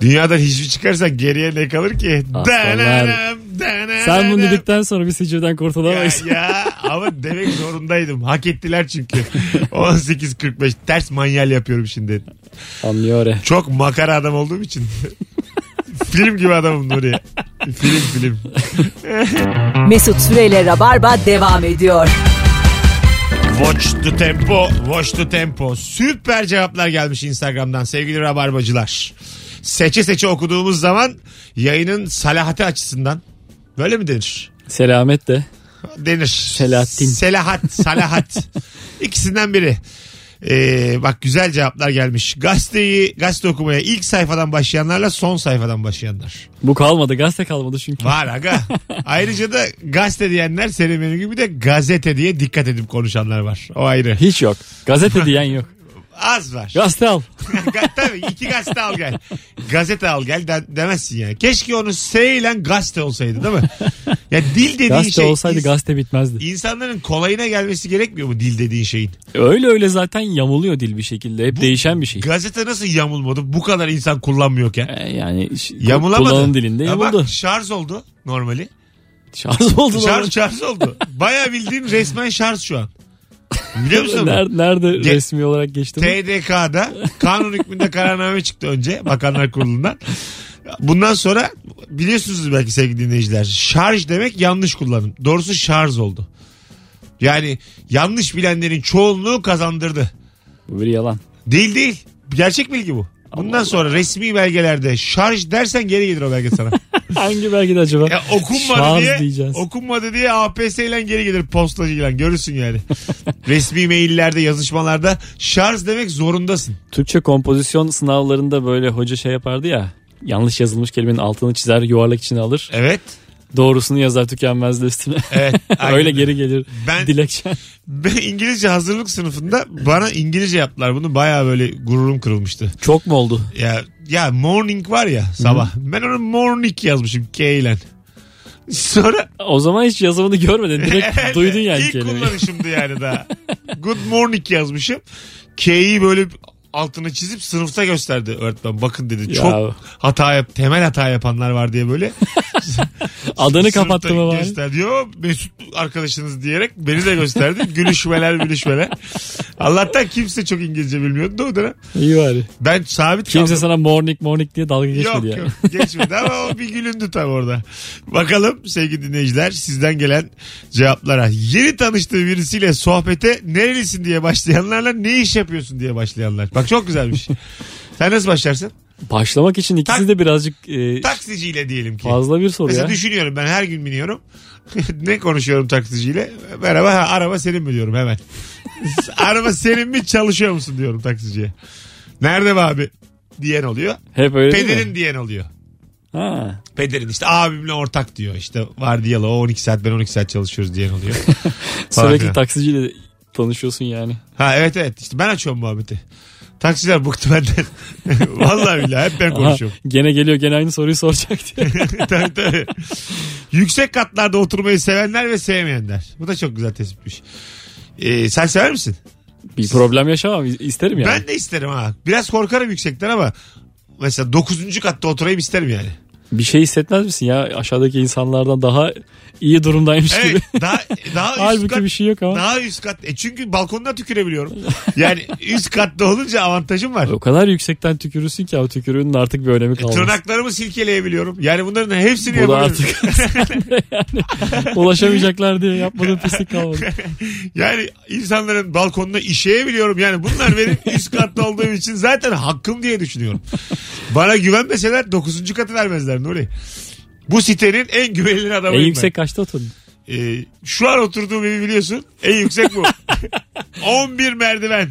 Dünyadan hicvi çıkarsa geriye ne kalır ki? Aslanlar. Denenem, denenem. Sen bunu dedikten sonra biz hicivden kurtulamayız. Ya, ya ama demek zorundaydım. Hak ettiler çünkü. 18.45 ters manyal yapıyorum şimdi. Anlıyor ya. Çok makara adam olduğum için. film gibi adamım Nuri. Film film. Mesut Süreyle Rabarba devam ediyor. Watch the tempo, watch the tempo. Süper cevaplar gelmiş Instagram'dan sevgili rabarbacılar. Seçe seçe okuduğumuz zaman yayının salahati açısından böyle mi denir? Selamet de. denir. Selahattin. Selahat, Salahat. İkisinden biri. Ee, bak güzel cevaplar gelmiş. Gazeteyi, gazete okumaya ilk sayfadan başlayanlarla son sayfadan başlayanlar. Bu kalmadı. Gazete kalmadı çünkü. Var aga. Ayrıca da gazete diyenler senin benim gibi de gazete diye dikkat edip konuşanlar var. O ayrı. Hiç yok. Gazete diyen yok. Az var. Gazete al. Ga- Tabii iki gazete al gel. Gazete al gel de- demezsin yani. Keşke onu S ile gazete olsaydı değil mi? Ya dil dediğin Gazete şey olsaydı ins- gazete bitmezdi. insanların kolayına gelmesi gerekmiyor mu dil dediğin şeyin? Öyle öyle zaten yamuluyor dil bir şekilde. Hep değişen bir şey. Gazete nasıl yamulmadı bu kadar insan kullanmıyorken? Ee, Yani ş- Yamulamadı. kullanım dilinde Ya yamuldu. Bak şarj oldu normali. Şarj oldu. Şarj, şarj oldu. Baya bildiğin resmen şarj şu an. Biliyor musun? bunu? Nerede, nerede Ge- resmi olarak geçti? bu? TDK'da kanun hükmünde kararname çıktı önce Bakanlar Kurulu'ndan. Bundan sonra biliyorsunuz belki sevgili dinleyiciler. Şarj demek yanlış kullanım. Doğrusu şarj oldu. Yani yanlış bilenlerin çoğunluğu kazandırdı. Bu bir yalan. Değil değil. Gerçek bilgi bu. Bundan sonra resmi belgelerde şarj dersen geri gelir o belge sana. Hangi belgede acaba? Ya okunmadı Şarj diye diyeceğiz. okunmadı diye APS ile geri gelir postacıyla görürsün yani. Resmi maillerde yazışmalarda şarj demek zorundasın. Türkçe kompozisyon sınavlarında böyle hoca şey yapardı ya. Yanlış yazılmış kelimenin altını çizer, yuvarlak içine alır. Evet. Doğrusunu yazar tükenmez de üstüne. Evet. aynen Öyle geri gelir. Ben- Dilekçe. Ben İngilizce hazırlık sınıfında bana İngilizce yaptılar bunu. Baya böyle gururum kırılmıştı. Çok mu oldu? Ya ya morning var ya sabah. Ben onu morning yazmışım K ile. Sonra O zaman hiç yazımını görmedin. Direkt Evet, duydun yani ilk kelimeyi. kullanışımdı yani daha. Good morning yazmışım. K'yi böyle altını çizip sınıfta gösterdi öğretmen. Bakın dedi Ya. çok hata yap, temel hata yapanlar var diye böyle. Adını Sınıfta kapattı mı bari? Gösterdi. Yo, Mesut arkadaşınız diyerek beni de gösterdi. gülüşmeler gülüşmeler. Allah'tan kimse çok İngilizce bilmiyordu o dönem. İyi bari. Ben sabit Kimse kaldım. sana morning morning diye dalga geçmedi Yok ya. yok geçmedi ama o bir gülündü tam orada. Bakalım sevgili dinleyiciler sizden gelen cevaplara. Yeni tanıştığı birisiyle sohbete nerelisin diye başlayanlarla ne iş yapıyorsun diye başlayanlar. Bak çok güzelmiş. Sen nasıl başlarsın? Başlamak için ikisi Tak- de birazcık e, Taksiciyle diyelim ki. fazla bir soru Mesela ya. düşünüyorum ben her gün biniyorum. ne konuşuyorum taksiciyle? Merhaba ha, araba senin mi diyorum hemen. araba senin mi çalışıyor musun diyorum taksiciye. Nerede be abi diyen oluyor. Hep öyle değil mi? Pederin diyen oluyor. Ha. Pederin işte abimle ortak diyor. İşte vardiyalı o 12 saat ben 12 saat çalışıyoruz diyen oluyor. Falan Sürekli filan. taksiciyle tanışıyorsun yani. Ha evet evet işte ben açıyorum muhabbeti. Taksiciler bıktı benden. Vallahi billahi hep ben Aha, konuşuyorum. gene geliyor gene aynı soruyu soracak diye. tabii tabii. Yüksek katlarda oturmayı sevenler ve sevmeyenler. Bu da çok güzel tespitmiş. Ee, sen sever misin? bir problem yaşamam isterim yani. Ben de isterim ha. Biraz korkarım yüksekten ama mesela 9. katta oturayım isterim yani. Bir şey hissetmez misin ya aşağıdaki insanlardan daha iyi durumdaymış gibi. Evet daha, daha üst Halbuki kat bir şey yok ama. Daha üst kat. E çünkü balkondan tükürebiliyorum. Yani üst katta olunca avantajım var. O kadar yüksekten tükürürsün ki o tükürüğünün artık bir E, önemi kalmaz. Tırnaklarımı silkeleyebiliyorum. Yani bunların hepsini Bu da yapabiliyorum. artık ulaşamayacaklar diye yapmadığın pislik kalmadı. Yani insanların balkonuna işeyebiliyorum. Yani bunlar benim üst katta olduğum için zaten hakkım diye düşünüyorum. Bana güvenmeseler 9. katı vermezler Nuri. Bu sitenin en güvenilir en adamıyım yüksek kaçta oturdun? ben. Ee, şu an oturduğum evi biliyorsun. En yüksek bu. 11 merdiven.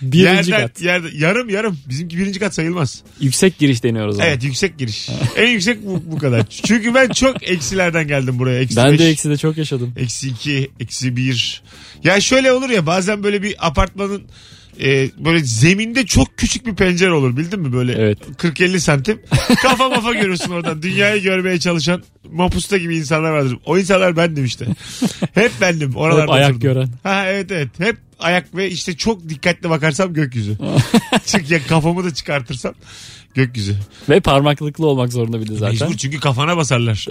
Birinci Yerden- kat. Yerde, yarım yarım. Bizimki birinci kat sayılmaz. Yüksek giriş deniyoruz ona. Evet yüksek giriş. en yüksek bu, bu kadar. Çünkü ben çok eksilerden geldim buraya. Eksi Ben beş, de eksi de çok yaşadım. eksi iki, eksi bir. Ya şöyle olur ya bazen böyle bir apartmanın e, böyle zeminde çok küçük bir pencere olur bildin mi böyle Evet. 40-50 santim. Kafa mafa görürsün oradan. Dünyayı görmeye çalışan mapusta gibi insanlar vardır. O insanlar bendim işte. Hep bendim. Oralarda Hep ayak oturdum. gören. Ha evet evet. Hep ayak ve işte çok dikkatli bakarsam gökyüzü. Çık ya kafamı da çıkartırsam gökyüzü. Ve parmaklıklı olmak zorunda bir de zaten. Mecbur çünkü kafana basarlar.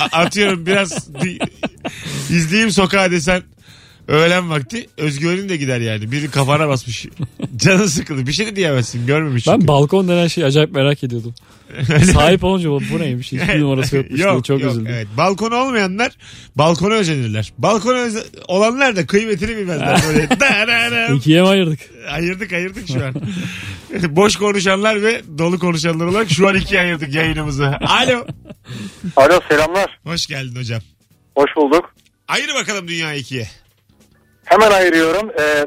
A- Atıyorum biraz bir izleyeyim sokağa desen öğlen vakti özgüvenin de gider yani. Biri kafana basmış. Canın sıkıldı. Bir şey de diyemezsin. Görmemiş çünkü. Ben balkon denen şeyi acayip merak ediyordum. Sahip olunca bu bu neymiş? Hiçbir numarası yokmuş diye çok üzüldüm. Evet. Balkonu olmayanlar balkona özenirler. Balkona öze- olanlar da kıymetini bilmezler. Böyle. Dararım. İkiye mi ayırdık? ayırdık ayırdık şu an. Boş konuşanlar ve dolu konuşanlar olarak şu an ikiye ayırdık yayınımızı. Alo. Alo selamlar. Hoş geldin hocam. Hoş bulduk. Ayır bakalım dünya ikiye. Hemen ayırıyorum. Ee,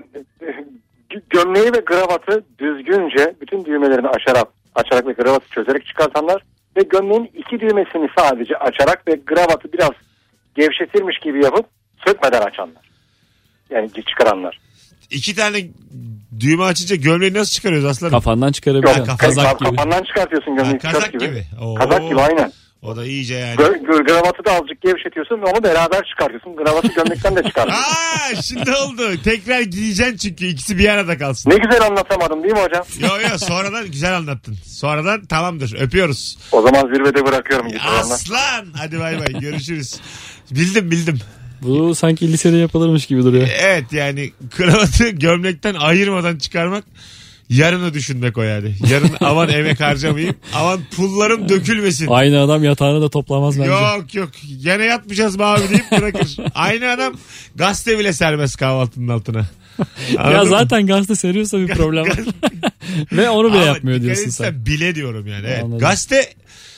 gö- gömleği ve kravatı düzgünce bütün düğmelerini açarak açarak ve kravatı çözerek çıkartanlar ve gömleğin iki düğmesini sadece açarak ve kravatı biraz gevşetirmiş gibi yapıp sökmeden açanlar. Yani çıkaranlar. İki tane düğme açınca gömleği nasıl çıkarıyoruz aslanım? Kafandan Yok, çıkarabilirim. kaf- Kazak gibi. Kafandan çıkartıyorsun Ha, gömleği. kazak tişört gibi. Oo. Kazak gibi aynen. O da iyice yani. Gö- gö- kravatı da azıcık gevşetiyorsun ve onu beraber çıkartıyorsun. Kravatı gömlekten de çıkartıyorsun. Aa şimdi oldu. Tekrar giyeceksin çünkü ikisi bir arada kalsın. ne güzel anlatamadım değil mi hocam? Yo yo sonradan güzel anlattın. Sonradan tamamdır öpüyoruz. O zaman zirvede bırakıyorum. gitti vallahi. Aslan. Hadi bay bay görüşürüz. Bildim bildim. Bu sanki Ee. lisede yapılırmış gibi duruyor. Evet yani kravatı gömlekten ayırmadan çıkarmak Yarını düşünmek o yani. Yarın aman emek harcamayayım. Aman pullarım dökülmesin. Aynı adam yatağını da toplamaz bence. Yok yok. Gene yatmayacağız be abi deyip bırakır. Aynı adam gazete bile sermez kahvaltının altına. ya Anladın mı? zaten gazete seriyorsa bir problem var. Ve onu bile Ama yapmıyor dikkat diyorsun etsen sen. Bile diyorum yani. Evet. Anladım. Gazete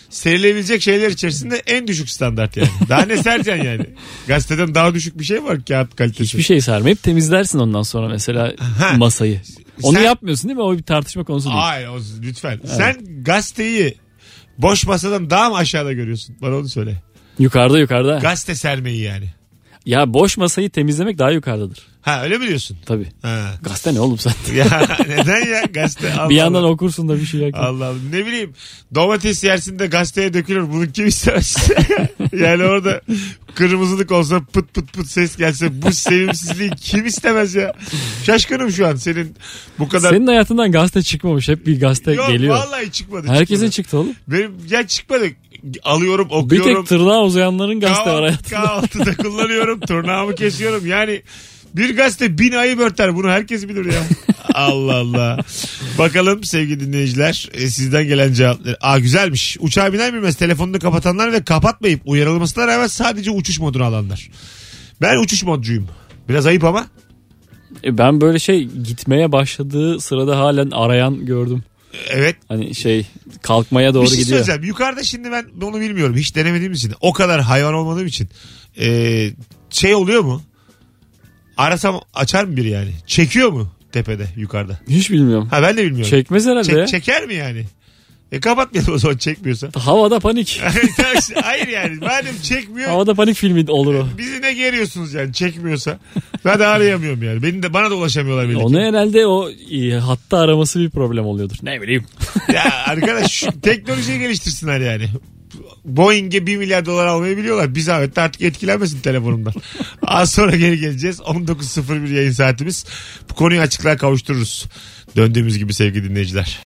serilebilecek şeyler içerisinde en düşük standart yani. Daha ne sereceksin yani? Gazeteden daha düşük bir şey var ki kağıt kalitesi. Hiçbir şey sermeyip temizlersin ondan sonra mesela masayı. Onu Sen- yapmıyorsun değil mi? O bir tartışma konusu değil. Hayır o- lütfen. Sen gazeteyi boş masadan daha mı aşağıda görüyorsun? Bana onu söyle. Yukarıda yukarıda. Gazete sermeyi yani. Ya boş masayı temizlemek daha yukarıdadır. Ha öyle mi diyorsun? Tabii. Ha. Gazete ne oğlum sen? ya neden ya gazete? Allah bir yandan Allah. okursun da bir şey yakın. Allah Allah. Ne bileyim domates yersin de gazeteye dökülür. Bunu kim istemez? yani orada kırmızılık olsa pıt pıt pıt ses gelse bu sevimsizliği kim istemez ya? Şaşkınım şu an senin bu kadar. Senin hayatından gazete çıkmamış. Hep bir gazete Yok geliyor. vallahi çıkmadı. Herkesin çıkmadı. çıktı oğlum. Benim ya çıkmadı. Alıyorum Bir okuyorum. tek tırnağa uzayanların gazete var Kahvaltı, hayatında. kahvaltıda kullanıyorum. Tırnağımı kesiyorum. Yani bir gazete bin ayıp örter. Bunu herkes bilir ya. Allah Allah. Bakalım sevgili dinleyiciler e, sizden gelen cevapları. Aa güzelmiş. Uçağa biner bilmez telefonunu kapatanlar ve kapatmayıp uyarılmasına rağmen sadece uçuş moduna alanlar. Ben uçuş modcuyum. Biraz ayıp ama. E, Ben böyle şey gitmeye başladığı sırada halen arayan gördüm. Evet. Hani şey kalkmaya doğru bir şey gidiyor. söyleyeceğim. Yukarıda şimdi ben onu bilmiyorum. Hiç denemediğim için. O kadar hayvan olmadığım için. Ee, şey oluyor mu? Arasam açar mı biri yani? Çekiyor mu tepede yukarıda? Hiç bilmiyorum. Ha ben de bilmiyorum. Çekmez herhalde Çek- ya. Çeker mi yani? E kapatmayalım o zaman çekmiyorsa. Havada panik. Hayır yani madem çekmiyor Havada panik filmi olur o. bizi ne geriyorsunuz yani çekmiyorsa. Ben de arayamıyorum yani. Beni de, bana da ulaşamıyorlar belli ki. Onu herhalde o e, hatta araması bir problem oluyordur. Ne bileyim. Ya arkadaş şu teknolojiyi geliştirsinler yani. Boeing'e 1 milyar dolar almayı biliyorlar. Bir zahmet de artık etkilenmesin telefonumdan. Az sonra geri geleceğiz. 19.01 yayın saatimiz. Bu konuyu açıklığa kavuştururuz. Döndüğümüz gibi sevgili dinleyiciler.